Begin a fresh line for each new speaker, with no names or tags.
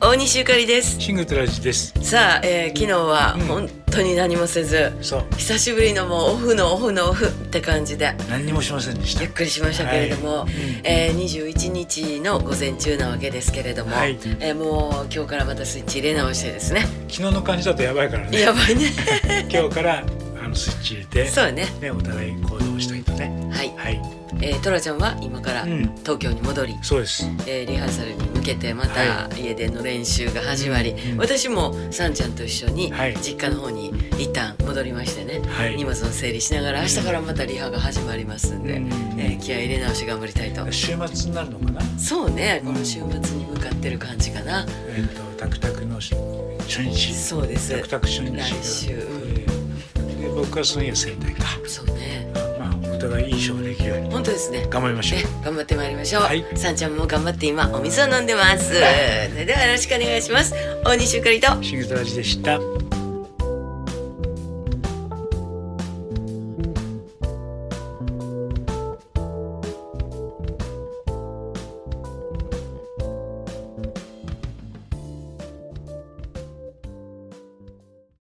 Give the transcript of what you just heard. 大西ゆかりです
シングトラジです。
さあ、えー昨日は
うん
本当に何もせず、
そう、
久しぶりのもうオフのオフのオフって感じで
何にもしませんでした。
ゆっくりしましたけれども、
はい
えー21日の午前中なわけですけれども、
はい
えーもう今日からまたスイッチ入れ直してですね
昨日の感じだとやばいからね。
やばいね
今日からあのスイッチ入れて、
そうね
ねお互い行動したいとね。
はい、
はい、
えートラちゃんは今から
うん
東京に戻り、
そうです。
えーリハーサルに向けてまた
は
家での練習が始まり、
うん
私もさんちゃんと一緒に
はい
実家の方に一旦戻りましてね、
はい
荷物を整理しながら明日からまたリハが始まりますんで、
うん
えー気合い入れ直し頑張りたいと
週末になるのかな。
そうね
う
こ
ん
の週末に向かってる感じかな、
えっ、とタクタクの初日。
そうです
タクタク初日が。
来週
えーで僕はその日は仙台か。
そうね
まあお互いいい勝負できるように
本当ですね
頑張りましょ
ね
う。、
頑張ってまいりましょう、
はい
さんちゃんも頑張って今お水を飲んでますそれではよろしくお願いします大西ゆかりと
シングトラジでした。